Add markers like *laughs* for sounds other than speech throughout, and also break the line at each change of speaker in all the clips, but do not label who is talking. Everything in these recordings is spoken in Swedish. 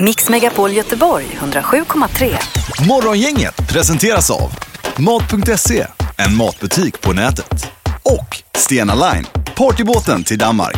Mix Megapol Göteborg 107,3.
Morgongänget presenteras av Mat.se, en matbutik på nätet. Och Stena Line, partybåten till Danmark.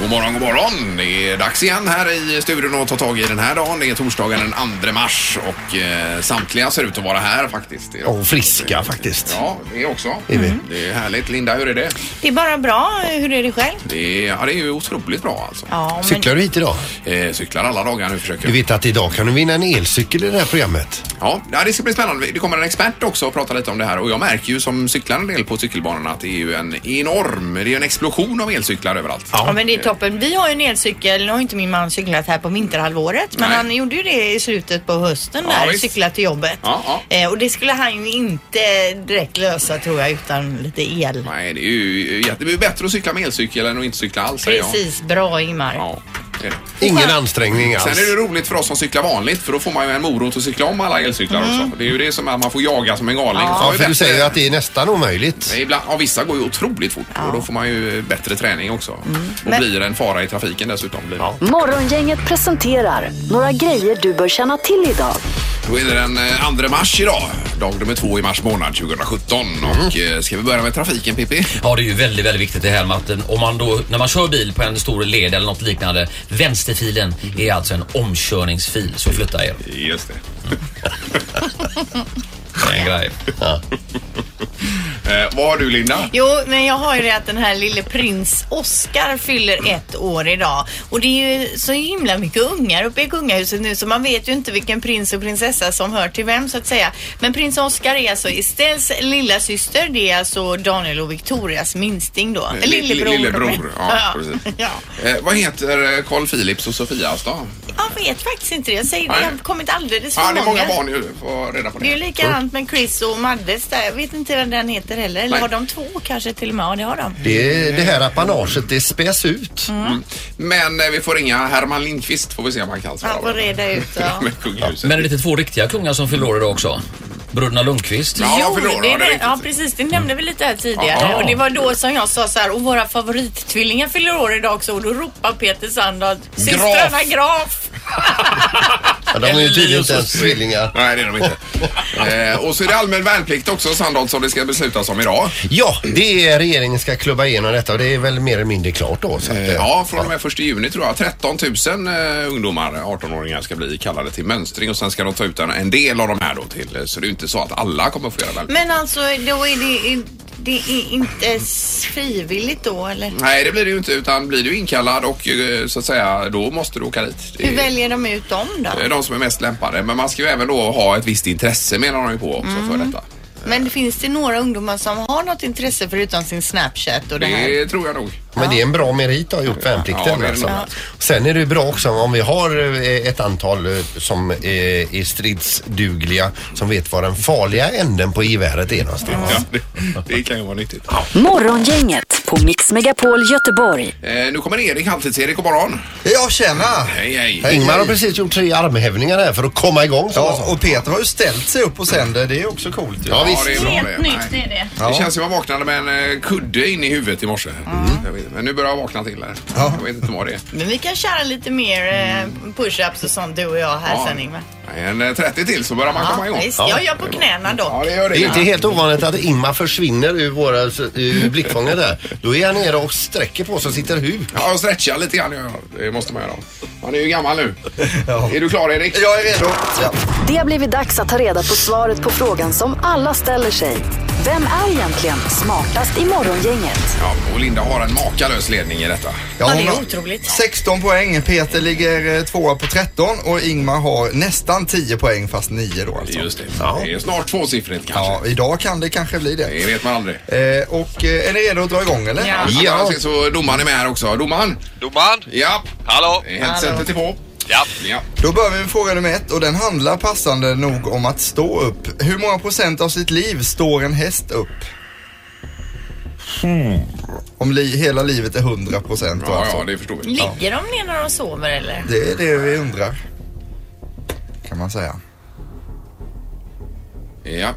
God morgon, god morgon. Det är dags igen här i studion att ta tag i den här dagen. Det är torsdagen den 2 mars och eh, samtliga ser ut att vara här faktiskt. idag.
Och friska faktiskt.
Ja, det är också.
Är vi.
Det är härligt. Linda, hur är det?
Det är bara bra. Hur är det själv?
Det är, ja, det är ju otroligt bra alltså.
Ja, men
Cyklar du hit idag?
Eh, cyklar alla dagar nu
Du
försöker vi.
vet att idag kan du vinna en elcykel i det här programmet.
Ja, ja, det ska bli spännande. Det kommer en expert också och prata lite om det här och jag märker ju som cyklar en del på cykelbanorna att det är ju en enorm, det är ju en explosion av elcyklar överallt.
Ja, men det är toppen. Vi har ju en elcykel. Nu har ju inte min man cyklat här på vinterhalvåret. Men
Nej.
han gjorde ju det i slutet på hösten
Ja,
där.
visst.
cyklat till jobbet.
Ja,
Eh, och det skulle han ju inte direkt lösa tror jag utan lite el.
Nej, det är ju jätte- det är ju bättre att cykla med elcykel än att inte cykla alls säger jag.
Precis. Bra Ingmar.
Ja, det är det.
Ingen ansträngning
Sen
alls.
är det roligt för oss som cyklar vanligt för då får man ju en morot att cykla om alla elcyklar också. Det är ju det som är att man får jaga som en galning. Så
Ja,
är det
för du
bättre-
säger ju att det är nästan omöjligt.
Nej, Ibland, ja, vissa går ju otroligt fort och då får man ju bättre träning också. Och
Men-
blir en fara i trafiken dessutom. Blir det.
Morgongänget presenterar några grejer du bör känna till idag.
Då är det den eh, 2 mars idag, dag nummer två i mars månad 2017. Och eh, ska vi börja med trafiken Pippi?
Ja, det är ju väldigt, väldigt viktigt det här med att en- om man då, när man kör bil på en stor led eller något liknande, vänsterfilen är alltså en omkörningsfil. Så flytta er.
Just det.
Det är en grej.
Eh, vad har du Linda?
Jo, men jag har ju det att den här lille prins Oscar fyller ett år idag. Och det är ju så himla mycket ungar uppe i kungahuset nu så man vet ju inte vilken prins och prinsessa som hör till vem så att säga. Men prins Oscar är alltså Estelles lilla syster. Det är alltså Daniel och Victorias minsting då.
Li- Eh, li-
Lillebror. *laughs*
lillebror, ja, precis.
ja.
Eh, vad heter eh, Carl Philips och Sofias då?
Jag vet faktiskt inte det. Jag säger det.
Nej.
Det har kommit alldeles för
Ja, det är många
många.
barn ju. Får reda på
Det är ju
det.
likadant med Chris och Maddes där. Jag vet inte vad den heter heller. Eller
Nej.
har de två kanske till och med? Ja, det har de.
Det, det här apanaget, det späs ut.
Mm. Men eh, vi får ringa Herman Lindqvist får vi se om han kan svara.
Man
på
får
det.
reda ut. Ja.
*laughs* med kungahuset.
Men är det inte två riktiga kungar som fyller år idag också? Bröderna Lundqvist.
Ja,
jo,
förlåt,
det,
ja, det är
det,
riktigt.
ja, precis. Det nämnde vi lite här tidigare.
Ja.
Och det var då som jag sa så här, och våra favorittvillingar fyller år idag också. Och då ropar Peter Sandahl, systrarna Graf.
Ja, de är ju tydligen inte ens tvillingar.
Nej, det är de inte. eh, och så är det allmän värnplikt också, Sandholt, som det ska beslutas om idag.
Ja, det är regeringen ska klubba igenom detta och det är väl mer eller mindre klart då. Så att, eh,
Ja, från och med 1 juni tror jag. 13 000 eh, ungdomar, 18-åringar, ska bli kallade till mönstring och sen ska de ta ut en, en del av de här då till. eh, Så det är ju inte så att alla kommer få göra värnplikt.
Men alltså, då är det, det är inte s- frivilligt då eller?
Nej, det blir det ju inte utan blir du inkallad och eh, så att säga då måste du åka dit. Det är-
Hur väljer de ut dem då?
det är de som är mest lämpade. Men man ska ju även då ha ett visst intresse menar de ju på också för
Mm.
detta.
Men finns det några ungdomar som har något intresse förutom sin Snapchat och det här?
Det tror jag nog.
Men det är en bra merit att ha gjort
Ja,
värnplikten.
det är det
alltså.
nog.
Sen är det ju bra också om vi har eh, ett antal eh, som eh, är stridsdugliga som vet var den farliga änden på geväret är någonstans.
Ja, det, det kan ju vara nyttigt.
Morgongänget på Mix Megapol Göteborg.
Eh, nu kommer Erik, Halvtids-Erik, god morgon.
Ja, tjena!
Hej, hej.
Hej.
Ingmar har precis gjort tre armhävningar här för att komma igång. alltså. som jag
Ja,
sa.
och Peter har ju ställt sig upp och sänder. Det är också coolt. ju.
Ja,
Ja,
visst.
det är bra det. Nej.
är det.
Det känns som jag vaknade med en eh, kudde in i huvudet i morse. Jag vet inte, Men nu börjar jag vakna till här. Jag vet inte vad det är.
Men vi kan köra lite mer eh,
Mm.
push-ups och sånt du och jag här sen Ingmar.
Nej, En eh, 30 till så börjar man komma igång.
visst. Jag gör på knäna dock.
Ja, det gör det.
Det är inte helt ovanligt att Ingmar försvinner ur våra ur blickfånget där. Då är han nere och sträcker på sig och sitter huk.
Ja, jag stretchar lite grann. gör jag. Det måste man göra. Man är ju gammal nu. Är du klar, Erik?
Jag är redo. Ja.
Det har blivit dags att ta reda på svaret på frågan som alla ställer sig. Vem är egentligen smartast i morgongänget?
Ja, och Linda har en makalös ledning i detta.
Ja,
det är
hon har
otroligt.
16 poäng. Peter ligger eh, tvåa på 13 och Ingmar har nästan 10 poäng fast 9 då alltså.
Just det. Det är snart tvåsiffrigt kanske.
Ja, idag kan det kanske bli det.
Det vet man aldrig.
Eh, och eh, är ni redo att dra igång eller?
Ja.
Ja. Så domaren är med här också. Domaren?
Domaren?
Ja.
Hallå?
Headsetet är på.
Ja.
Ja.
Då börjar vi med fråga nummer ett och den handlar passande nog om att stå upp. Hur många procent av sitt liv står en häst upp? Om li- hela livet är 100 procent då
Hmm. Ja,
alltså.
ja, det förstår vi.
Ligger de ner när de sover eller?
Det är det vi undrar. Kan man säga.
Ja.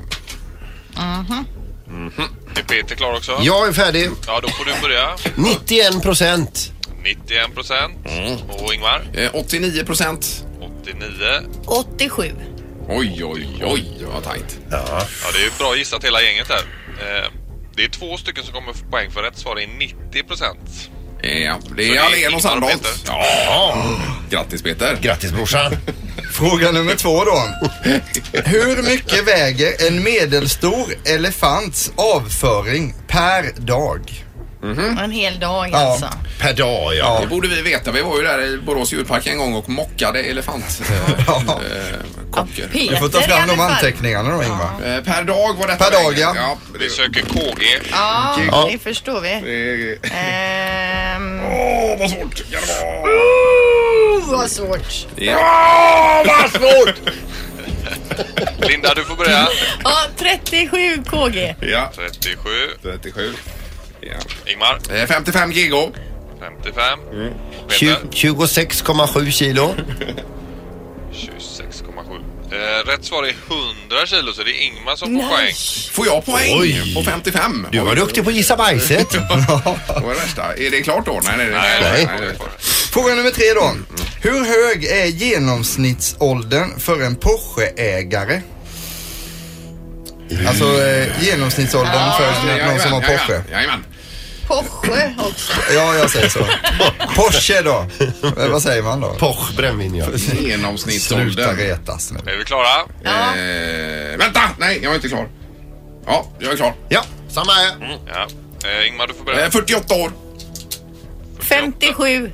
Är Peter klar också?
Jag är färdig.
Ja, då får du börja.
91 procent.
91 procent. Och Ingmar?
Eh, 89 procent.
89.
87.
Oj, oj, oj, vad tajt.
Ja, det är ju bra gissat hela gänget där. Eh, det är två stycken som kommer få poäng för rätt svar är 90 procent.
Eh, Ja, det är Allén och Sandholt. Ja, grattis Peter.
Grattis brorsan.
Fråga nummer två då. Hur mycket väger en medelstor elefants avföring per dag?
En hel dag
Ja.
alltså.
Per dag ja.
Det borde vi veta. Vi var ju där i Borås djurpark en gång och mockade Eh,
Ja.
elefantkocker.
Peter
Du får ta
i alla
fram de
fall.
anteckningarna då Ingvar.
eh, Per dag var detta.
Per dag,
vägen.
ja.
Vi söker KG.
Ja, det förstår vi.
det- eh,
Ehm,
Åh, vad svårt kan det vara.
oh, vad svårt.
Ja, vad svårt!
Linda, du får börja.
Ja, 37 KG.
ja,
37.
37. Ja.
Ingmar?
Eh, 55 gigo.
55. Peter?
Tju- 26,7 kilo.
26,7. Eh, rätt svar är 100 kilo så det är Ingmar som får poäng.
Nej.
Får jag poäng
Oj.
på 55?
Du var duktig på att gissa bajset. *laughs*
Det var det värsta. Är det klart då? Nej, nej, nej.
Nej,
nej,
nej.
nej, nej.
Fråga nummer tre då. Hur hög är genomsnittsåldern för en Porsche-ägare?
Mm.
Alltså eh, genomsnittsåldern för någon som har Porsche.
Jajamän,
*laughs*
jajamän.
Porsche också.
Ja, jag säger så. Porsche då. Eh, Vad säger man då?
Porsche brännvin ja.
Sluta
Genomsnittsåldern.
retas nu.
Är vi klara?
Ja.
Eh, vänta! Nej, jag är inte klar. Ja, jag är klar.
Ja, samma här.
Ja. Eh, Ingmar, du får
Eh,
börja.
48 år.
57.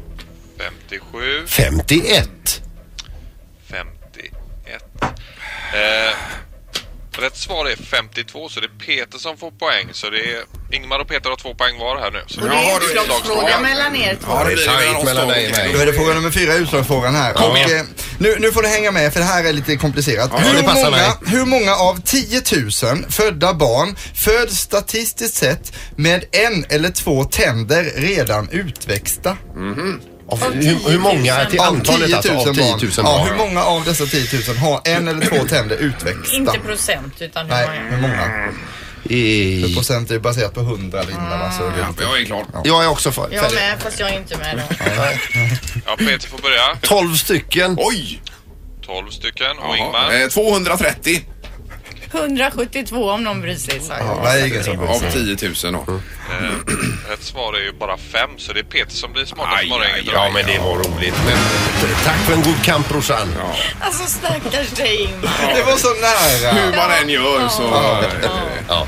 57.
51.
51. Eh, rätt svar är 52 så det är Peter som får poäng. Så det är Ingmar och Peter har två poäng var här nu. Så
Och det
Jaha,
är
det är
utslagsfråga
utslagsfråga.
mellan er två.
det
tajt mellan dig och mig.
Då är det fråga nummer fyra, utslagsfrågan här. Och, eh, nu, nu får du hänga med för det här är lite komplicerat.
det
hur,
passar
många,
mig.
hur många av 10 000 födda barn föds statistiskt sett med en eller två tänder redan utväxta?
Av, hur, hur många är till
Av
antalet alltså? Av 10 000 barn.
Ja, hur många av dessa 10 000 har en eller två tänder utväxta?
Inte procent utan hur
Nej,
många.
hur många? För
I...
procent är ju baserat på 100 Linda. va, så det är
Ja,
lite-
jag är klar.
Jag är också för,
Jag
färdig.
med fast jag är inte med då.
ja, Peter får börja.
12 stycken.
Oj!
12 stycken. Och
Jaha.
Ingmar?
Eh, 230
172 om någon bryr sig. sa jag.
Ja, det är ingen som bryr
av
Mm.
sig.
10 000 då.
Rätt svar är ju bara 5 så det är Peter som blir smartast i
Aj, aj,
morgongänget.
aj.
Ja, men det var roligt. Tack för en god kamp brorsan.
Alltså stackars dig Ingmar.
Det var så nära.
Hur man än gör så...
Ja.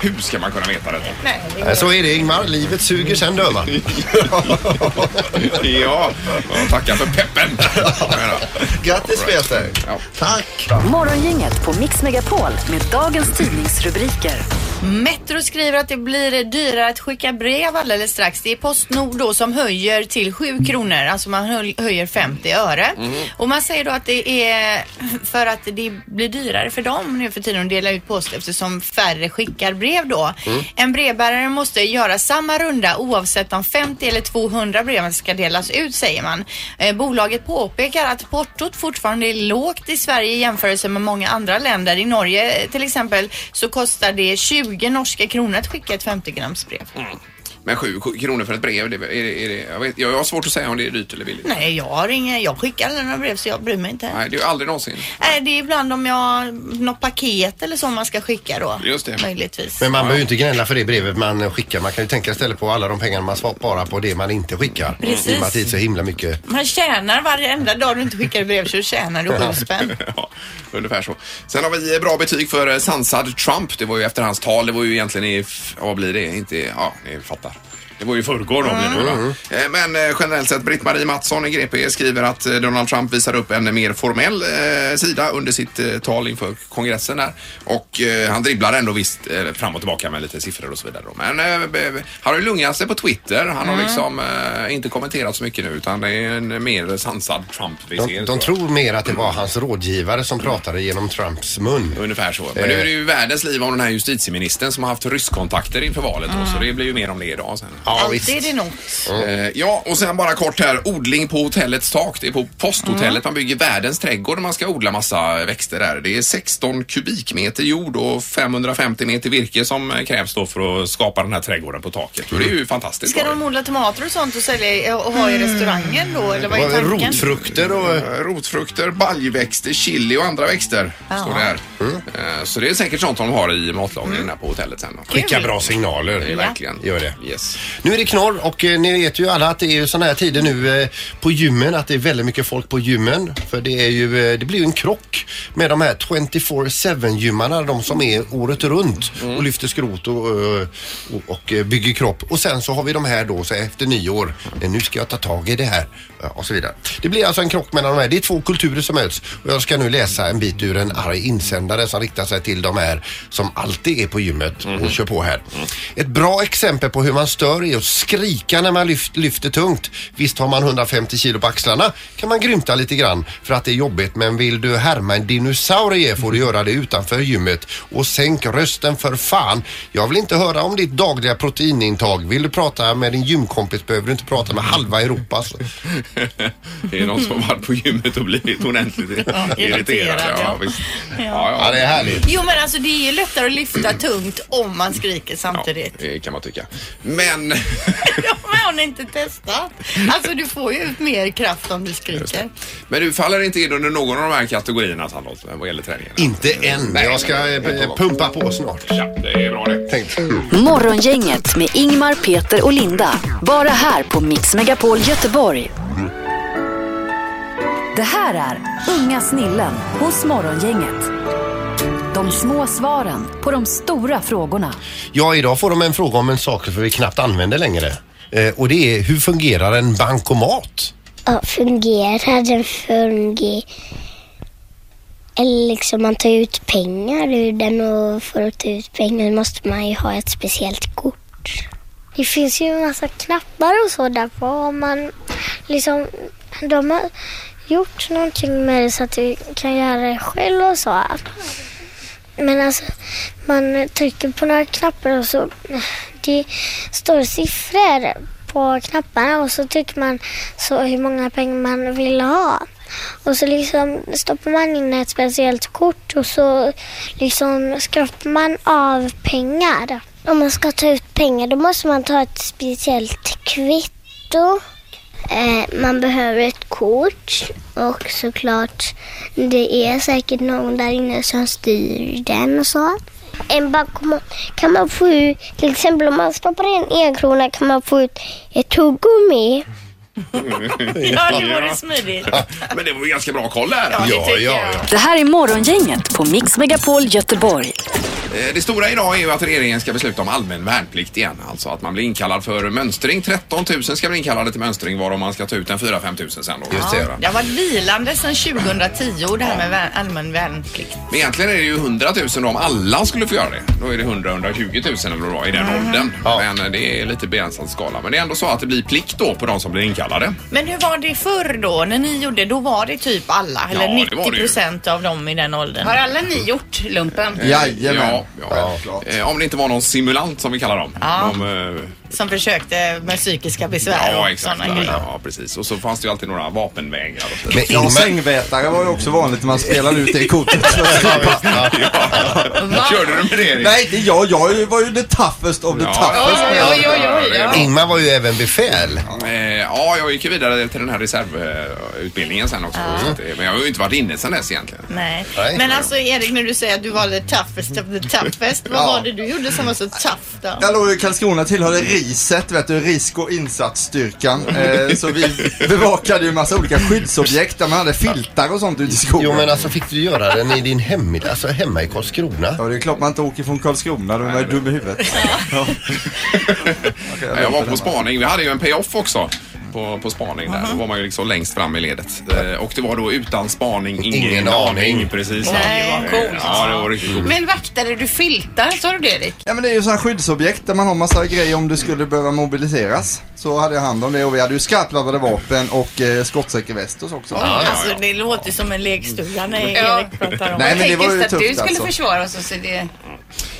Hur ska man kunna veta detta?
Nej, det
Nej, Så är det Ingmar, livet suger sen dör man.
ja, jag tackar för peppen.
Grattis Peter.
Ja.
Tack.
Morgongänget på Mix Megapol med dagens tidningsrubriker.
Metro skriver att det blir dyrare att skicka brev alldeles strax. Det är Postnord då som höjer till 7 kronor, alltså man höj- höjer 50 öre. Och man säger då att det är för att det blir dyrare för dem nu för tiden att dela ut post eftersom färre skickar brev då. En brevbärare måste göra samma runda oavsett om 50 eller 200 brev ska delas ut säger man. Eh, bolaget påpekar att portot fortfarande är lågt i Sverige i jämförelse med många andra länder. I Norge eh, till exempel så kostar det 20 norska kronor att skicka ett 50 grams brev.
Mm. Men 7 kronor för ett brev, det, är, det- är det, jag, vet, jag har svårt att säga om det är dyrt eller billigt.
Nej, jag har inga, jag skickar aldrig några brev så jag bryr mig inte. Nej.
Nej, det är ju aldrig någonsin.
det är ibland om jag, något paket eller så man ska skicka då.
Just det.
Möjligtvis.
Men man behöver ju inte gnälla för det brevet man skickar. Man kan ju tänka istället på alla de pengar man sparar på det man inte skickar.
Precis.
I och med att det är så himla mycket.
Man tjänar varenda dag du inte skickar brev så tjänar
*laughs*
du sju spänn.
Ja, ungefär så. Sen har vi bra betyg för eh, sansad Trump. Det var ju efter hans tal. Det var ju egentligen i... f- Vad blir det? Inte... Ja, ni fattar. Det var ju i förrgår då. blir det,
Mm.
va? Eh, Men eh, generellt sett, Britt-Marie Mattsson i GP skriver att eh, Donald Trump visar upp en mer formell eh, sida under sitt eh, tal inför kongressen där. Och eh, han dribblar ändå visst eh, fram och tillbaka med lite siffror och så vidare. Då. Men eh, b- b- han har ju lugnat sig på Twitter. Han
Mm.
har liksom eh, inte kommenterat så mycket nu utan det är en mer sansad Trump vi ser.
De,
tror
de
jag.
tror mer att det var hans rådgivare som pratade genom Trumps mun.
Ungefär så. Men nu
Eh. Mm.
är det ju världens liv om den här justitieministern som har haft rysskontakter inför valet då, så det blir ju mer om det idag sen.
Alltid är det något.
Eh, Ja, och sen bara kort här. Odling på hotellets tak. Det är på posthotellet
Mm.
man bygger världens trädgård. Man ska odla massa växter där. Det är 16 kubikmeter jord och 550 meter virke som krävs då för att skapa den här trädgården på taket. Och det är
Mm.
ju fantastiskt.
Ska
bra.
de odla tomater och sånt och sälja och ha
Mm.
i restaurangen då? Eller vad är tanken?
Rotfrukter och...
Eh, Rotfrukter, baljväxter, chili och andra växter står det här.
Mm.
Eh, Så det är säkert sånt de har i matlagningen här på hotellet sen. då.
Skicka bra signaler.
Det är Verkligen.
Gör det.
Yes.
Nu är det knorr och eh, ni vet ju alla att det är ju sådana här tider nu eh, på gymmen att det är väldigt mycket folk på gymmen. För det är ju, eh, det blir ju en krock med de här 24-7 gymmarna, de som är året runt och lyfter skrot och, eh, och, och eh, bygger kropp. Och sen så har vi de här då så här efter nyår, eh, nu ska jag ta tag i det här eh, och så vidare. Det blir alltså en krock mellan de här, det är två kulturer som möts. Och jag ska nu läsa en bit ur en arg insändare som riktar sig till de här som alltid är på gymmet och kör på här. Ett bra exempel på hur man stör är att skrika när man lyft, lyfter tungt. Visst har man 150 kilo på axlarna kan man grymta lite grann för att det är jobbigt men vill du härma en dinosaurie får du göra det utanför gymmet och sänk rösten för fan. Jag vill inte höra om ditt dagliga proteinintag. Vill du prata med din gymkompis behöver du inte prata med halva Europa.
Det *laughs* är någon som har varit på gymmet och blivit ordentligt irriterad.
irriterad,
Ja,
ja.
visst.
Ja.
Ja, det är härligt.
Jo men alltså det är ju lättare att lyfta tungt om man skriker samtidigt. *laughs*
Ja, det kan man tycka. Men *laughs*
Ja, men har ni inte testat? Alltså du får ju ut mer kraft om du skriker.
Men du faller inte in under någon av de här kategorierna Sandholt vad gäller träningen?
Inte än. Jag ska eh,
inte långt.
pumpa på snart.
Ja, det är bra det.
Tänkt.
Morgongänget med Ingmar, Peter och Linda. Bara här på Mix Megapol Göteborg. Det här är Unga snillen hos Morgongänget. De små svaren på de stora frågorna.
Ja, idag får de en fråga om en sak som vi knappt använder längre. Eh, och det är hur fungerar en bankomat?
Ja, fungerar den fungerar? Eller liksom man tar ut pengar ur den och för att ta ut pengar måste man ju ha ett speciellt kort. Det finns ju en massa knappar och så där på. Om man liksom, de har gjort någonting med det så att du kan göra det själv och så. Men alltså, man trycker på några knappar och så det står siffror på knapparna och så trycker man så hur många pengar man vill ha. Och så liksom stoppar man in ett speciellt kort och så liksom skrapar man av pengar. Om man ska ta ut pengar då måste man ta ett speciellt kvitto. Eh, man behöver ett kort och såklart det är säkert någon där inne som styr den och så. En bankomat kan man få ut, till exempel om man stoppar in en krona kan man få ut ett tuggummi.
Ja, det vore smidigt.
Men det var ju ganska bra koll där.
det tycker
ja,
jag.
Det här är Morgongänget på Mix Megapol Göteborg.
Eh, Det stora idag är ju att regeringen ska besluta om allmän värnplikt igen. Alltså att man blir inkallad för mönstring. 13 000 ska bli inkallade till mönstring varav man ska ta ut en 4-5 000 sen då. Just
Det har varit vilande sedan 2010 det här med vär- allmän värnplikt.
Men egentligen är det ju 100 000 om alla skulle få göra det. Då är det 100-120 000 eller vad det var i den åldern. Men eh, det är lite begränsad skala. Men det är ändå så att det blir plikt då på de som blir inkallade.
Men hur var det förr då? När ni gjorde då var det typ alla eller
Ja, det var det
90
ju.
procent av dem i den åldern.
Har alla ni gjort lumpen?
Jajamän.
Ja, ja. Eh, Om det inte var någon simulant som vi kallar dem.
Ja.
De, eh,
Som försökte med psykiska besvär
Ja,
och
exakt.
sådana
Ja,
grejer.
ja, precis. Och så fanns det ju alltid några vapenvägrar. och så vidare.
Men
Ja,
Ingmar-
sängvätare var ju också vanligt. Man spelade ut det i
*laughs*
kortet.
*laughs* Ja. Körde du med det? Erik?
Nej, det- jag, jag var ju the toughest of the
Ja.
toughest.
Oj, oj, oj, oj, ja.
Ingmar var ju även befäl.
Eh, Ja, jag gick ju vidare till den här reservutbildningen sen också. Så att, det- Men jag har ju inte varit inne sen dess egentligen.
Nej.
Nej.
Men alltså Erik, när du säger att du var the toughest of the toughest, vad var det du gjorde som var så tough då?
Jag låg i Karlskrona tillhörde riset, vet du, risk och insatsstyrkan.
*laughs*
Eh, så vi bevakade ju massa olika skyddsobjekt där man hade filtar och sånt ute i skogen.
Jo men alltså fick du göra den i din hemmiljö, alltså hemma i Karlskrona?
Ja, det är klart man inte åker från Karlskrona, då är man ju dum i huvudet. Ja. Okej,
Jag var
väntar
på
hemma.
spaning. Vi hade ju en payoff också. På, på spaning där. Då var man ju liksom längst fram i ledet. Eh, Och det var då utan spaning, ingen,
Ingen
aning.
aning.
Precis. Eh,
Nej, vad coolt.
Ja, det var riktigt coolt.
Men vaktade du filtar? Sa du det Erik?
Ja men det är ju sådana skyddsobjekt där man har massa grejer om du skulle behöva mobiliseras. Så hade jag hand om det och vi hade ju skarpladdade vapen och eh, skottsäker väst och så också.
Ja,
ja.
Alltså det låter ju som en lekstuga när
Ja.
Erik pratar om
Nej, men det
Tänk
var ju
just att
tufft
du skulle
alltså.
försvara oss och så det...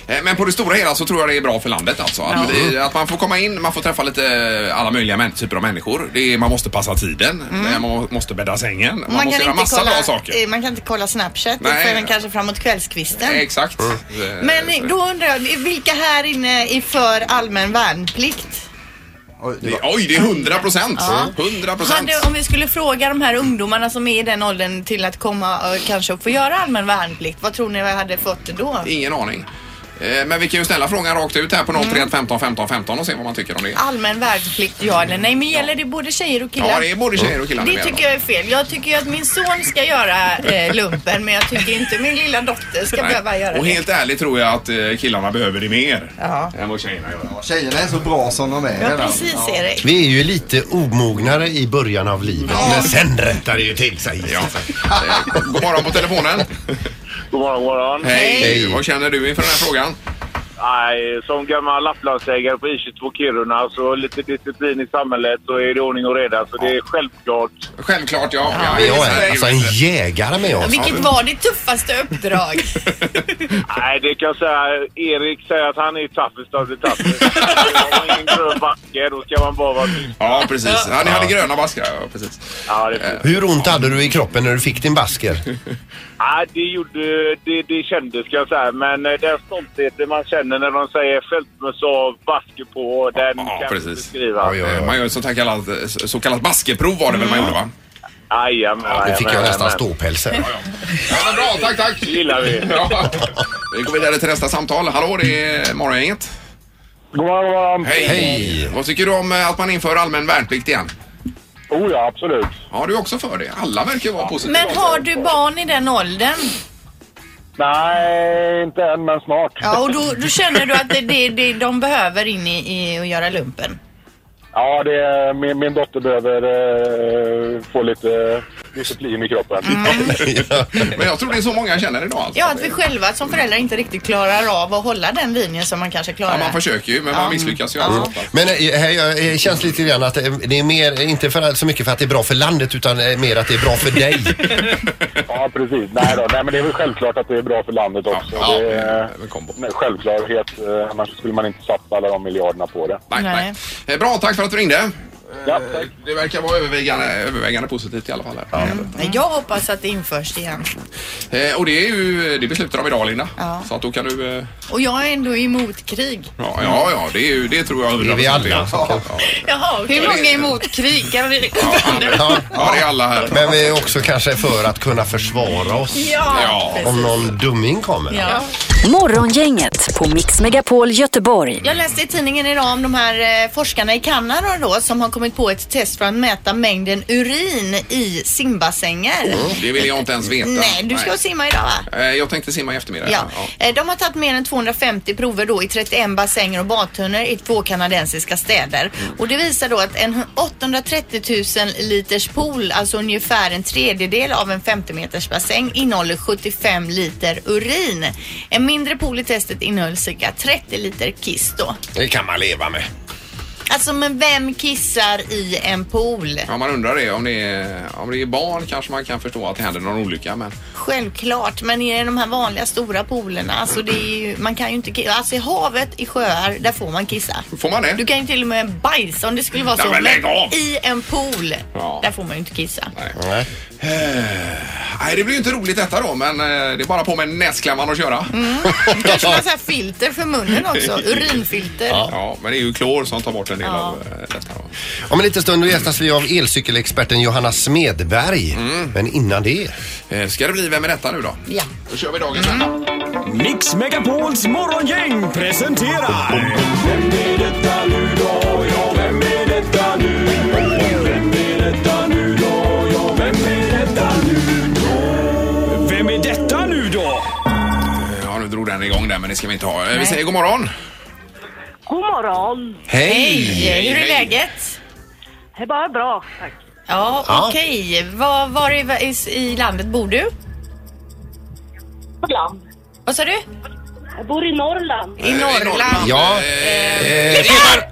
Eh, Men på det stora hela så tror jag det är bra för landet alltså. Att, vi, att man får komma in, man får träffa lite alla möjliga män, typer av människor. Det är, man måste passa tiden, men man må- måste bädda sängen. Man, måste göra massa bra saker.
eh, man kan inte kolla Snapchat
Nej.
förrän kanske framåt kvällskvisten.
Eh, Exakt. Eh, så-
Mm. Men då undrar jag, vilka här inne är för allmän värnplikt?
Oj, det
Det,
var-
oj, det är 100 procent! 100 procent!
Hade, om vi skulle fråga de här ungdomarna som är i den åldern till att komma och kanske få göra allmän värnplikt, vad tror ni vi hade fått då?
Ingen aning. Eh, Men vi kan ju ställa frågan rakt ut här på
Mm.
031 15 15 15 och se vad man tycker om det.
Allmän värnplikt, ja eller nej? Men gäller det både tjejer och killar?
Ja, det är både tjejer och killar
Det tycker jag är fel. Jag tycker ju att min son ska göra eh, lumpen men jag tycker inte min lilla dotter ska behöva göra
Och
det.
helt ärligt tror jag att eh, killarna behöver det mer
Ja.
än vad tjejerna gör.
Ja, Tjejerna är så bra som de är
Ja,
redan.
precis Erik.
Vi är ju lite omognare i början av livet. Men sen rättar det ju till sig.
Ja. Eh, God morgon på telefonen.
God morgon, god morgon.
Hej.
Hej.
Vad känner du inför den här frågan?
Nej, som gammal Lapplandsägare på I22 Kiruna så lite disciplin i samhället så är det ordning och reda. Så det är självklart.
Självklart ja. ja,
Vi
ja,
har en- alltså en jägare med oss.
Vilket var ditt tuffaste uppdrag?
Nej, det kan jag säga. Erik säger att han är toughest av the toughest. Har man ingen grön backe då ska man bara vara tyst.
ja precis. Ja, ni hade gröna baskar. Ja, precis.
Ja, det, är-
Hur ont hade du i kroppen när du fick din basker?
Nej, det, gjorde, det, det kändes ska jag säga. Men eh, den stoltheten man känner när de säger fältmössa av, baske på, den
Ja,
kan
precis.
inte beskriva.
Oj, oj, oj.
Eh, Man gör ett så kallat, så kallat baskeprov var det väl man gjorde va?
Jajamän,
Nu fick jag
jajamän,
nästan
jajamän.
ståpäls här.
Ja, men bra, tack, tack.
gillar vi.
Ja. Vi går vidare till nästa samtal. Hallå, det är Morgongänget.
God morgon, god morgon.
Hej.
Hej.
Vad tycker du om eh, att man inför allmän värnplikt igen?
Oh ja, absolut.
Ja, du är också för det. Alla verkar vara positiva.
Men har du barn i den åldern?
Nej, inte än, men snart.
Ja, och då, då känner du att det, det, det de behöver in i, i att göra lumpen?
Ja, det är, min, min dotter behöver eh, få lite eh, disciplin i kroppen.
Men jag tror det är så många känner idag. Alltså.
Ja, att vi själva som föräldrar inte riktigt klarar av att hålla den linjen som man kanske
Ja,
klarar.
man försöker ju, men man misslyckas ju alltid. ofta.
Men eh, här jag- eh, känns lite grann att eh, det är mer, inte för, så mycket för att det är bra för landet utan eh, mer att det är bra för *laughs* dig.
Ja, precis. Nej, då. Nej, men det är väl självklart att det är bra för landet också.
Ja, ja,
det är eh,
det är en kombo.
en självklarhet. eh, Annars skulle man inte satsa alla de miljarderna på det.
Nej, nej.
Nej.
Eh, Bra, tack för att du ringde.
Ja, tack.
Det verkar vara övervägande, övervägande positivt i alla fall. Här.
Men Jag hoppas att det införs igen.
Eh, Och det är ju det beslutar de idag, Linda.
Ja.
Så att då kan du... eh,
Och jag är ändå emot krig.
Ja, ja, ja det, är ju, det tror jag.
Det är vi alla.
Ja,
Jaha,
Hur
okej.
många är emot krig?
*laughs*
Kan vi-
Ja.
ja, det är alla här.
Men vi är också kanske för att kunna försvara oss
Ja.
Ja, precis.
om någon dumming kommer.
Ja.
Morgongänget på Mix Megapol Göteborg.
Jag läste i tidningen idag om de här eh, forskarna i Kanada då som har kommit på ett test för att mäta mängden urin i simbassänger.
Det vill jag inte ens veta.
Nej, du ska simma idag va?
Eh, Jag tänkte simma i eftermiddag.
Ja. Eh, De har tagit mer än 250 prover då i 31 bassänger och badtunnor i två kanadensiska städer. Och det visar då att en 830 000 liters pool, alltså ungefär en tredjedel av en 50 meters bassäng, innehåller 75 liter urin. En mindre pool i testet innehöll cirka 30 liter kiss då.
Det kan man leva med.
Alltså, men vem kissar i en pool?
Ja, man undrar det. Om det, är, om det är barn kanske man kan förstå att det händer någon olycka. Men
Självklart, men i de här vanliga stora poolerna, alltså det är ju, man kan ju inte kissa. Alltså i havet, i sjöar, där får man kissa.
får man det?
Du kan ju till och med bajsa om det skulle vara
Nej,
så.
men lägg av!
i en pool,
Ja.
där får man ju inte kissa.
Nej.
Eh, Nej, det blir ju inte roligt detta då, men eh, det är bara på med näsklämman och köra.
Kanske man har så här filter för munnen
*laughs*
också, urinfilter.
Ja, men det är ju klor som tar bort en del
Ja.
av eh, detta. Då.
Om en liten stund gästas vi av elcykelexperten Johanna Smedberg. Men innan det.
Eh, Ska det bli Vem är detta nu då? Mm.
Ja.
Då kör vi dagens vända.
Mix Megapols morgongäng presenterar... Vem är detta nu då?
Eh, Ja, nu drog den igång där, men det ska vi inte ha. Eh, Vi säger god morgon.
God morgon.
Hej, hur är
hej.
läget?
Det är bara bra, tack.
Ja,
Ja.
okej. Var, var i, i landet bor du?
Norrland.
Vad sa du?
Jag bor i Norrland.
Eh,
I Norrland.
Ja. Eh,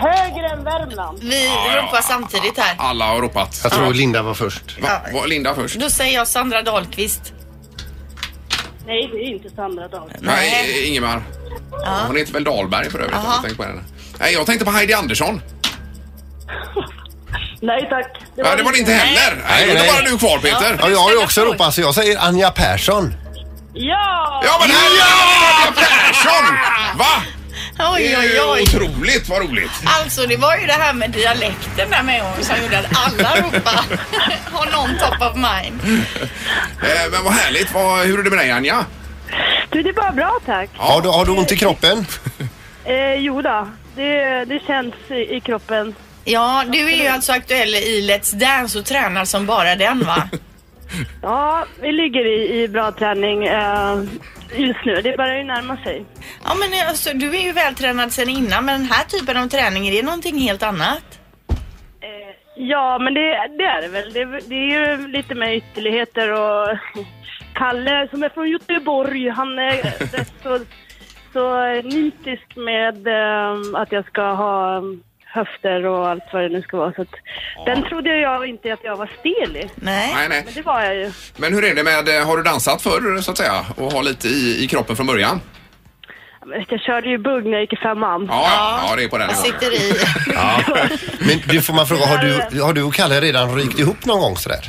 Högre än Värmland.
Vi
Ja, ja.
ropar samtidigt här.
Alla har ropat.
jag tror Linda var först.
Va, var Linda först?
Då säger jag Sandra Dahlqvist.
Nej, det är inte Sandra Dahl.
Nej, Ingemar. Hon heter väl Dahlberg för övrigt.
Jaha.
om jag tänker på henne. Nej, jag tänkte på Heidi Andersson.
*laughs* Nej tack.
Ja, det var det inte heller. Nej, då är det bara du kvar Peter.
Ja, jag har ju också ropat så jag säger Anja Persson.
Ja!
Ja, men här ja!
*laughs*
Persson! Va? Det
Oj,
är
oj,
ju
oj.
otroligt vad roligt.
Alltså det var ju det här med dialekten där med hon som gjorde att alla ropade *laughs* har någon top of mind.
Eh, Men vad härligt. Vad, hur är det med dig Anja?
Du, det är bara bra tack.
Har du, har du ont i kroppen?
Eh, jo då, det, det känns i, i kroppen.
Ja, du är ju alltså aktuell i Let's Dance och tränar som bara den
*laughs*
va?
Ja, vi ligger i, i bra träning eh, just nu. Det börjar ju närma sig.
Ja men alltså, du är ju vältränad sedan innan men den här typen av träning, är det någonting helt annat?
Ja, men det, det är det väl. Det, det är ju lite med ytterligheter och Kalle som är från Göteborg, han är rätt så, så nitisk med eh, att jag ska ha höfter och allt vad det nu ska vara. Så att, Den trodde jag inte att jag var stel i.
Nej.
Nej, nej.
Men det var jag ju.
Men hur är det med, eh, har du dansat förr så att säga? Och har lite i, i kroppen från början?
Men Jag körde ju bugg när jag gick i femman.
Ja, ja det är på den
Jag
nivån.
sitter i.
*laughs*
Ja. Men du får man fråga, har du, har du och Kalle redan rykt ihop någon gång sådär?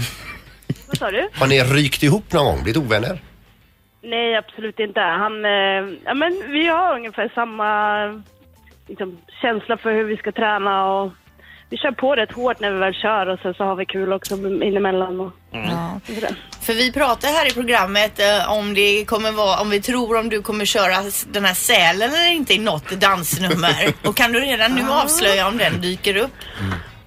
Vad sa du?
Har ni rykt ihop någon gång? Blivit ovänner?
Nej, absolut inte. Han, eh, ja, men vi har ungefär samma liksom, känsla för hur vi ska träna och vi kör på rätt hårt när vi väl kör och sen så har vi kul också inemellan. Och,
Ja. För vi pratar här i programmet eh, om det kommer vara, om vi tror om du kommer köra s- den här sälen eller inte i något
*laughs*
dansnummer. och kan du redan nu
Ah.
avslöja om den dyker upp?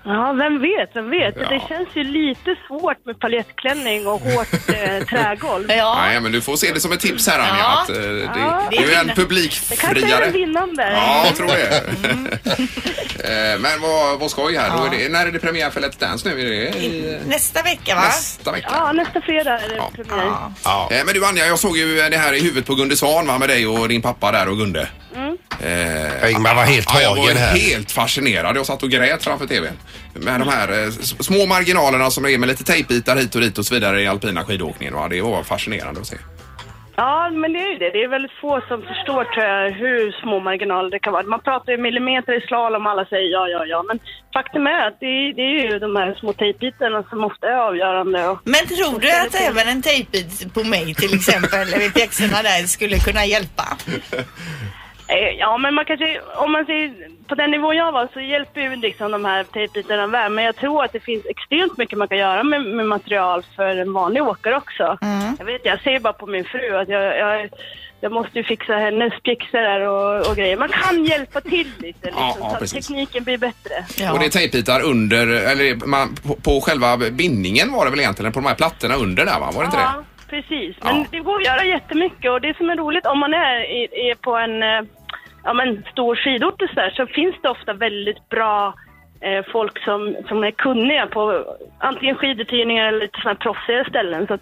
Ja, vem vet, vem vet.
Ja.
Det känns ju lite svårt med paljettklänning och hårt eh, trägolv.
Nej, men du får se det som ett tips här Anja.
Ja.
Att, eh, det,
Ja.
det är ju en
Det kanske är en
publikfriare.
vinnande. Mm.
Ja, jag tror det. *laughs* Eh, men vad, vad skoj här. Då är det, när är det premiär för Let's Dance nu? Är det i,
Nästa vecka va?
nästa vecka?
Ja, nästa fredag är det premiär.
Eh, men du Anja, jag såg ju det här i huvudet på Gunde Svan va, med dig och din pappa där och Gunde.
Mm.
Eh,
Ingmar var helt
ja, Jag var
tagen här.
helt fascinerad. Jag satt och grät framför tvn. Med de här eh, s- små marginalerna som det är med lite tejpbitar hit och dit och så vidare i alpina skidåkningen. Va? Det var fascinerande att se.
Ja, men det är ju det. Det är väldigt få som förstår tror jag, hur små marginaler det kan vara. Man pratar ju millimeter i slalom och alla säger ja, ja, ja. Men faktum är att det är, det är ju de här små tejpbitarna som ofta är avgörande. Och...
Men tror du att även en tejpbit på mig till exempel, eller vid pjäxorna där, skulle kunna hjälpa?
Eh, Ja, men man kanske, om man ser på den nivå jag var så hjälper ju liksom de här tejpbitarna väl. Men jag tror att det finns extremt mycket man kan göra med, med material för en vanlig åkare också.
Mm.
Jag vet, jag säger bara på min fru att jag, jag, jag måste ju fixa hennes pjäxor och, och grejer. Man kan hjälpa till lite liksom,
Ja, ja,
så att
precis.
tekniken blir bättre.
Och det är tejpbitar under, eller man, på, på själva bindningen var det väl egentligen, på de här plattorna under där va? Var det inte det?
ja, precis. Men det går att göra jättemycket och det som är roligt om man är, i- är på en eh, ja, men, stor skidort och så, där, så finns det ofta väldigt bra eh, folk som, som är kunniga på antingen skidutgivningar eller lite sådana här proffsiga ställen. Så att,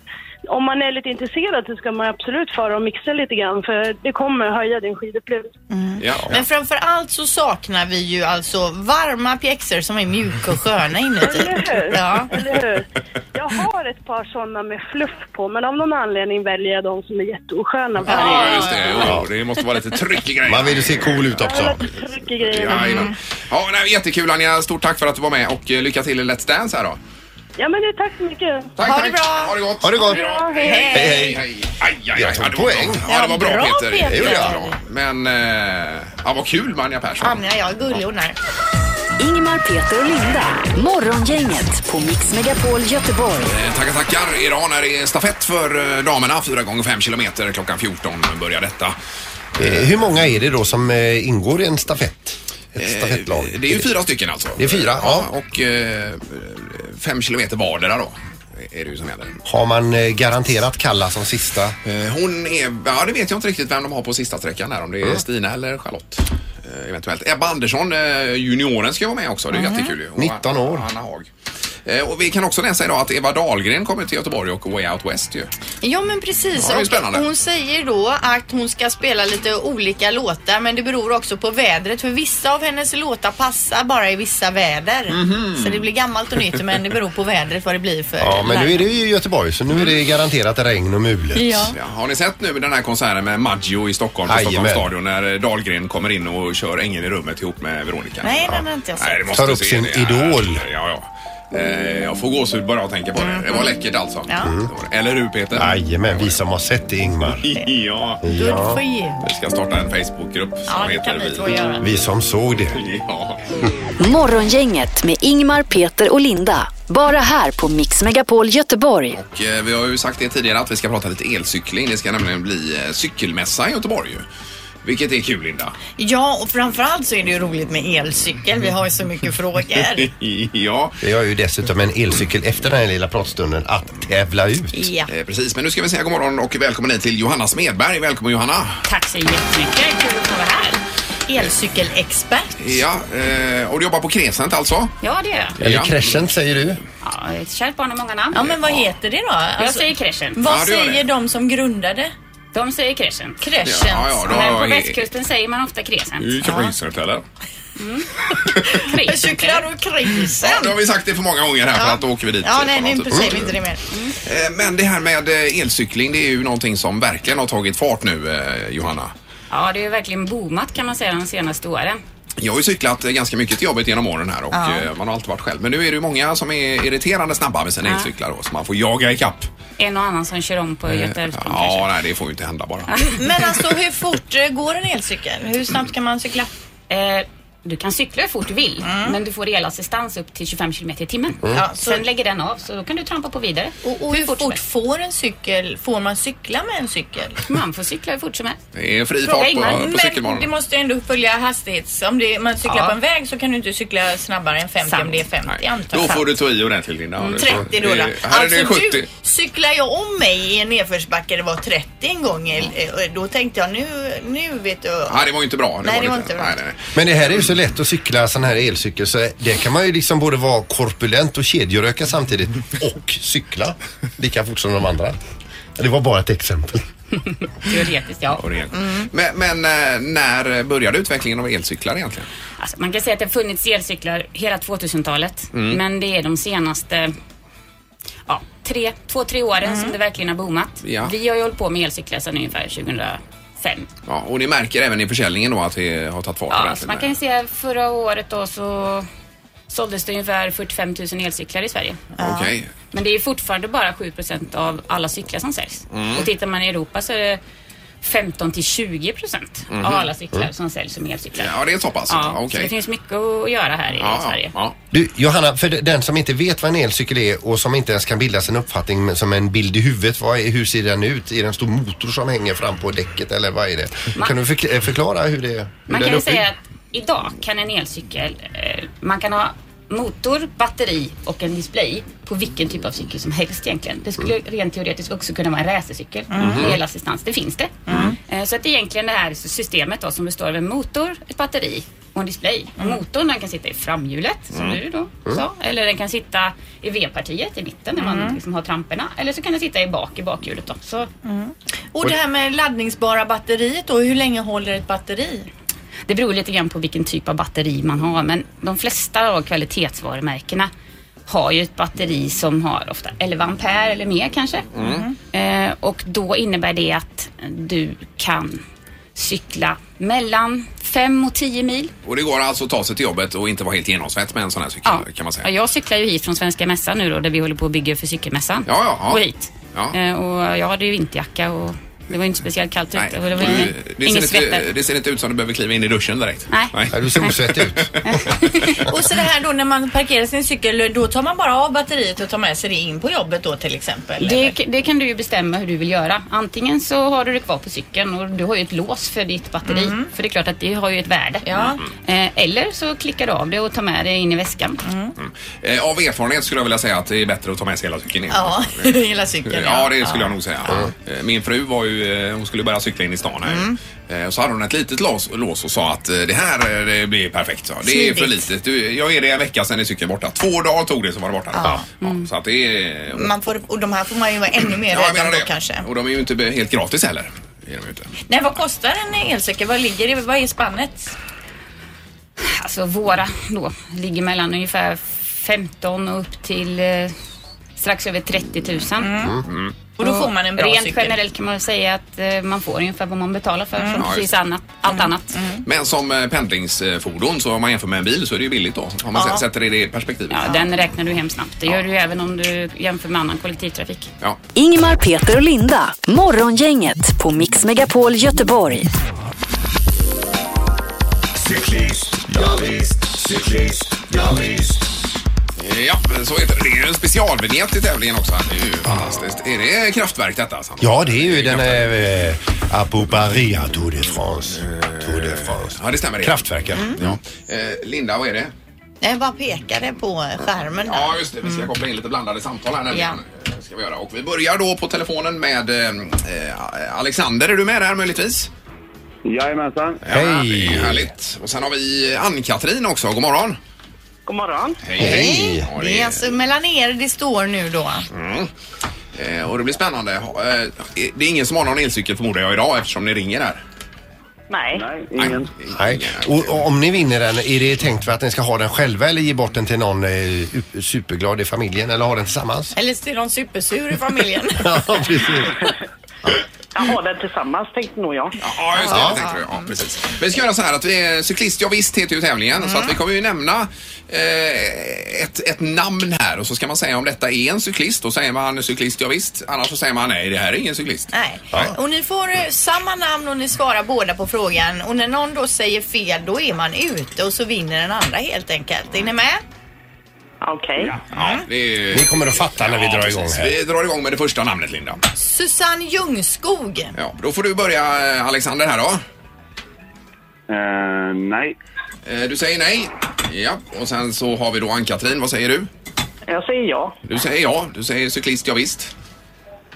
om man är lite intresserad så ska man absolut fara och mixa lite grann för det kommer höja din skidupplevelse.
Ja.
Men framför allt så saknar vi ju alltså varma pjäxor som är mjuka och sköna inuti.
Eller hur?
Ja.
Eller
*laughs*
hur? Jag har ett par sådana med fluff på men av någon anledning väljer jag de som är jätteosköna.
Ja, just det. Jo, det måste vara lite tryck i grejerna. Man vill ju se cool ut också.
Mycket grejer.
Ja, jajamän. ja, nej, jättekul Anja. Stort tack för att du var med och eh, lycka till i Let's Dance här då.
Ja, men du, tack så mycket.
Tack,
ha
tack.
det bra.
Ha det gott.
Ha det gott.
Bra, hej.
hej. hej. Aj, aj, aj. Jag tog poäng. Ja, det var bra,
Bra,
Peter.
Peter.
Det gjorde jag. Men, eh, ja, vad kul med Anja Persson.
Hamnar jag gullig där.
Ingemar, Peter och Linda. Morgongänget på Mix Megapol Göteborg.
Eh, Tackar, tackar. Idag när det är stafett för eh, damerna, 4 gånger 5 kilometer. Klockan 14 börjar detta.
Eh, Hur många är det då som eh, ingår i en stafett? Ett stafettlag?
Eh, Det är ju fyra stycken alltså.
Det är fyra, ja.
Och eh, fem kilometer vardera då. Är det ju som gäller.
Har man eh, garanterat Kalla som sista?
Eh, Hon är, ja det vet jag inte riktigt vem de har på sista sträckan här. Om
Mm.
det är Stina eller Charlotte. eh, Eventuellt. Ebba Andersson, eh, junioren ska ju vara med också. Det är jättekul ju. Och
19 Mm. år.
Anna Haag. Eh, Och vi kan också läsa idag att Eva Dahlgren kommer till Göteborg och Way Out West ju.
Ja men precis.
Ja, det är
och
spännande.
hon säger då att hon ska spela lite olika låtar men det beror också på vädret för vissa av hennes låtar passar bara i vissa väder.
Mhm.
Så det blir gammalt och nytt men det beror på vädret vad det blir för
Ja, men nu är det ju Göteborg så nu är det garanterat regn och mulet.
Ja.
Har ni sett nu den här konserten med Maggio i Stockholm på Stockholms
Jajamän.
stadion när Dahlgren kommer in och kör Ängen i rummet ihop med Veronica?
Nej, den har inte jag
Nej,
sett.
det måste
Tar upp
se
sin
det.
idol.
Ja, ja. Eh, Jag får gåshud bara jag tänker på det. Det var läckert alltså.
Mm. Ja.
Eller hur Peter?
Jajamän, vi som har sett det Ingmar.
Ja.
Ja.
Vi ska starta en Facebookgrupp som
Ja, det
heter
kan vi två göra.
Vi som såg det.
Ja.
Morgongänget med Ingmar, Peter och Linda. Bara här på Mix Megapol Göteborg.
Och, eh, Vi har ju sagt det tidigare att vi ska prata lite elcykling. Det ska nämligen bli eh, cykelmässa i Göteborg ju. Vilket är kul Linda. *laughs*
Ja och framförallt så är det ju roligt med elcykel. Vi har ju så mycket frågor.
ja.
Vi har ju dessutom en elcykel efter den här lilla pratstunden att tävla ut.
Ja.
Eh, Precis, men nu ska vi säga god morgon och välkommen hit till Johanna Smedberg. Välkommen Johanna!
Tack så jättemycket. Kul att få vara här. Elcykelexpert.
Ja, eh, och du jobbar på Crescent alltså?
Ja, det är jag.
Eller crashen säger du?
Ja, ett kärt barn har många namn.
Ja men vad heter det då? Alltså,
Jag säger Crescent.
Vad säger de som grundade?
De säger Crescent.
Crescent. Ja, ja, då-
Men på
ja, i- Mm.
västkusten säger man ofta Crescent.
Crescent eller?
Cyklar och krisen.
Ja, då har vi sagt det för många gånger här för att då åker vi dit.
Ja,
eh,
nej,
på
nej,
något
nu
sätt.
säger vi inte det mer.
Eh, Men det här med eh, elcykling, det är ju någonting som verkligen har tagit fart nu, eh, Johanna.
Ja, det är ju verkligen boomat kan man säga de senaste åren.
Jag har ju cyklat eh, ganska mycket till jobbet genom åren här och
Ja.
eh, man har alltid varit själv. Men nu är det ju många som är irriterande snabba med sina
Ja.
elcyklar då, så man får jaga ikapp.
En och annan som kör om på
Eh,
Götaälvsbron
Ja, nej, det får ju inte hända bara.
Men alltså hur fort eh, går en elcykel? Hur snabbt kan man cykla?
Du kan cykla hur fort du vill, men du får elassistans upp till 25 km i timmen.
Mm. Ja, så-
Sen lägger den av, så då kan du trampa på vidare.
Och, och hur fort får en cykel? Får man cykla med en cykel?
Man får cykla hur fort som helst.
Det är fri fart på, på
Men det
cykelbanan.
måste ju ändå följa hastighets... Om det, man cyklar
Ja.
på en väg så kan du inte cykla snabbare än 50 om det är 50 antar
Då
jag.
får du ta i ordentligt Linda.
Mm, 30 då. då. Alltså,
Eh, Här
Alltså,
är det 70.
du, cyklar jag om mig i en nedförsbacke det var 30 en gång, eh, och då tänkte jag nu, nu vet du.
Nej, det var ju inte bra.
nej, det var inte bra.
Men det här är ju så lätt att cykla sån här elcykel så det kan man ju liksom både vara korpulent och kedjeröka samtidigt och cykla lika fort som de andra. Det var bara ett exempel.
Teoretiskt, ja. Mm.
Men, men eh, när började utvecklingen av elcyklar egentligen?
Alltså, man kan säga att det har funnits elcyklar hela 2000-talet,
Mm.
men det är de senaste ja, tre, två, tre åren som det verkligen har boomat.
Mm. Ja.
Vi har ju hållit på med elcyklar sedan ungefär 2005.
Ja, och ni märker även i försäljningen då att det har tagit fart
Ja, så
ordentligt.
man kan ju se förra året då så såldes det ungefär 45 000 elcyklar i Sverige.
Okej.
Men det är fortfarande bara 7 av alla cyklar som säljs.
Mm.
Och tittar man i Europa så är det 15 till 20 procent
Mhm.
av alla cyklar
Mm.
som säljs som elcyklar.
Ja, det är så pass.
Ja,
Okej.
Så det finns mycket att göra här i Sverige.
Du, Johanna, för den som inte vet vad en elcykel är och som inte ens kan bilda sin uppfattning med- som en bild i huvudet. Vad är, hur ser den ut? Är det en stor motor som hänger fram på däcket eller vad är det?
Man-
Kan du förk- eh, förklara hur det hur
Man
den
kan
är
ju
uppbyggd?
säga att idag kan en elcykel, eh, man kan ha motor, batteri och en display på vilken typ av cykel som helst egentligen. Det skulle rent teoretiskt också kunna vara en racercykel
Mhm.
med elassistans. Det finns det. Eh, Så att det är egentligen det här systemet då, som består av en motor, ett batteri och en display. Och motorn den kan sitta i framhjulet, som
Mm.
du då sa. Eller den kan sitta i V-partiet i mitten när man
Mm.
liksom har tramporna. Eller så kan den sitta i bak i bakhjulet också.
Och det här med laddningsbara batteriet då, hur länge håller ett batteri?
Det beror lite grann på vilken typ av batteri man har, men de flesta av kvalitetsvarumärkena har ju ett batteri som har ofta 11 ampere eller mer kanske.
Mm.
Eh, och då innebär det att du kan cykla mellan 5 och 10 mil.
Och det går alltså att ta sig till jobbet och inte vara helt genomsvett med en sån här cykel
Ja.
kan man säga.
Ja, jag cyklar ju hit från Svenska Mässan nu då, där vi håller på att bygga för cykelmässan.
Ja, ja, ja.
Och hit.
Ja.
Eh, och jag hade ju vinterjacka och det var ju inte speciellt kallt ute. Och det var
Du,
ingen,
Mm. det, ser
ingen
inte,
svetter.
det ser inte ut som du behöver kliva in i duschen direkt.
Nej.
Nej. Du ser osvettig ut.
Och så det här då när man parkerar sin cykel, då tar man bara av batteriet och tar med sig det in på jobbet då till exempel?
Det, det kan du ju bestämma hur du vill göra. Antingen så har du det kvar på cykeln och du har ju ett lås för ditt batteri.
Mm.
För det är klart att det har ju ett värde.
Ja.
Eh, Eller så klickar du av det och tar med det in i väskan.
Eh, av erfarenhet skulle jag vilja säga att det är bättre att ta med sig hela cykeln in.
Ja, *laughs* hela cykeln.
Ja, det skulle jag nog säga. Eh, Min fru var ju ju, eh, hon skulle bara cykla in i stan här.
Mm.
Eh, Och så hade hon ett litet lås, lås och sa att eh, det här eh, det blir perfekt. Så. Det är för
Smidigt.
litet. Du, jag är det en vecka sedan är cykeln borta. Två dagar tog det så var det borta.
Ja.
Mm.
Så att det är...
Man får, och de här får man ju vara ännu mer
Ja, jag
rädd
menar
om då
det.
kanske.
Och de är ju inte be- helt gratis heller. Är de ju inte.
Nej, vad kostar en elcykel? Vad ligger det? Vad är spannet?
Alltså våra då ligger mellan ungefär 15 och upp till eh, strax över 30 000.
Och då får man en bra
Rent
cykel.
generellt kan man säga att eh, man får ungefär vad man betalar för.
Mm, Ja,
Som
just
precis
det. Mm.
annat, allt annat.
Men som eh, pendlingsfordon så om man jämför med en bil så är det ju billigt då. Om man
Ja.
sä- sätter det i det perspektivet.
Ja, den räknar du hem snabbt. Det gör du ju även om du jämför med annan kollektivtrafik.
Ja.
Ingmar, Peter och Linda. Morgongänget på Mix Megapol Göteborg.
Cyklist, ja visst, cyklist, ja visst. Eh, Ja, så heter det. Det är ju en specialvinjett i tävlingen också. här. Det är ju fantastiskt. Är det kraftverk detta? Sandra?
*laughs* Ja, det är ju den här eh, Abu Baria Tour de France. Tour de France.
Ja, det stämmer. Det.
Kraftverken.
Ja. Eh, Linda, vad är det?
Nej, bara pekade på skärmen där.
Ja, just det. Vi ska koppla in lite blandade samtal här nämligen. Eh, Ska vi, göra. Och vi börjar då på telefonen med eh, eh, Alexander. Är du med där möjligtvis?
Jajamensan.
Hej! Härligt. Och sen har vi Ann-Katrin också. God morgon.
God morgon.
Hej, hej. Ja,
Det är alltså mellan er det står nu då.
Mm. Eh, och det blir spännande. Ha- eh, Det är ingen som har någon elcykel förmodar jag idag eftersom ni ringer här.
Nej.
ingen.
Nej. Och, och om ni vinner den, är det tänkt för att ni ska ha den själva eller ge bort den till någon eh, u- superglad i familjen eller ha den tillsammans?
Eller så är de supersur i familjen.
*laughs*
*laughs*
Ja, precis.
Jag har den tillsammans tänkte nog jag.
Ja, just det. det tänkte du. Ja, precis. Vi ska göra så här att vi är cyklist, ja, visst heter ju tävlingen. Så
Mm.
att vi kommer ju nämna eh, ett, ett namn här och så ska man säga om detta är en cyklist. Då säger man cyklist, ja, visst. Annars så säger man nej, det här är ingen cyklist.
Nej. Och ni får eh, samma namn och ni svarar båda på frågan. Och när någon då säger fel, då är man ute och så vinner den andra helt enkelt. Är ni med?
Okej.
Ja, det är...
Ni kommer att fatta när Mm. vi drar igång
precis.
här.
Vi drar igång med det första namnet, Linda.
Susanne Ljungskog.
Ja, då får du börja, eh, Alexander, här då.
Eh, nej.
Eh, Du säger nej. Ja, och sen så har vi då Ann-Katrin. Vad säger du?
Jag säger ja.
Du säger ja. Du säger cyklist, ja, visst.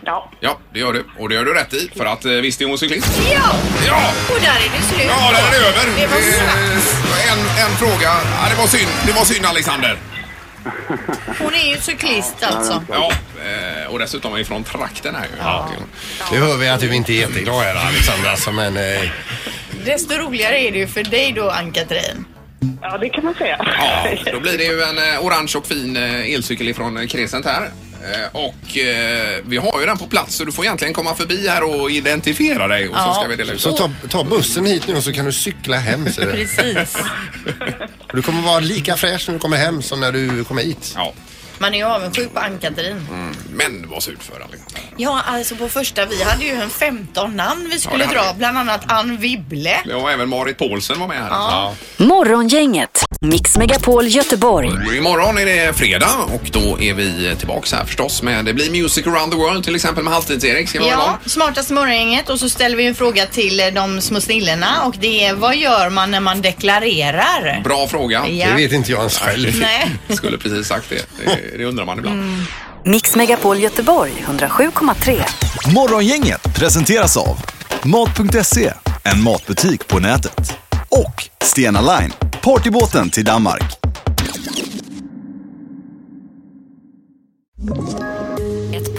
Ja.
Ja, det gör du. Och det gör du rätt i, för att eh, visst är hon cyklist.
Ja!
Ja!
Och där är det slut.
Ja, där är det över.
Det var
Eh,
snabbt.
En, en fråga. Ja, det var synd. Det var synd, Alexander.
Hon är ju cyklist alltså.
Ja, eh, och dessutom är vi från trakten här ju. Ja.
Nu hör vi att du inte är jätteglad här Alexandra, alltså, men eh,
Desto roligare är det ju för dig då, Ann-Katrin.
Ja, det kan man säga.
Då blir det ju en eh, orange och fin eh, elcykel ifrån eh, Crescent här. Eh, Och eh, vi har ju den på plats så du får egentligen komma förbi här och identifiera dig och
Ja.
så ska vi dela ut
så ta, ta bussen hit nu och så kan du cykla hem. Så du.
Precis.
du kommer vara lika fräsch när du kommer hem som när du kommer hit.
Ja.
Man är ju avundsjuk på Ann-Katrin.
Mm. Men vad surt för Alex.
Ja, alltså på första, vi hade ju en 15 namn vi skulle
det hade
dra. Bland annat Ann Wibble.
Ja, även Marit Paulsen var med här.
Ja.
Morgongänget, Mix Megapol Göteborg.
Imorgon är det fredag och då är vi tillbaks här förstås med det blir Music around the world till exempel med Halvtids-Erik. Ska vi vara igång?
Ja, smartaste morgongänget och så ställer vi en fråga till eh, de små snillena och det är vad gör man när man deklarerar?
Bra fråga.
Ja. Det vet
inte jag ens själv.
Nej. Skulle precis sagt det. det. Det undrar man ibland.
Mix Megapol Göteborg 107,3.
Morgongänget presenteras av Mat.se, en matbutik på nätet. Och Stena Line, partybåten till Danmark.
Ett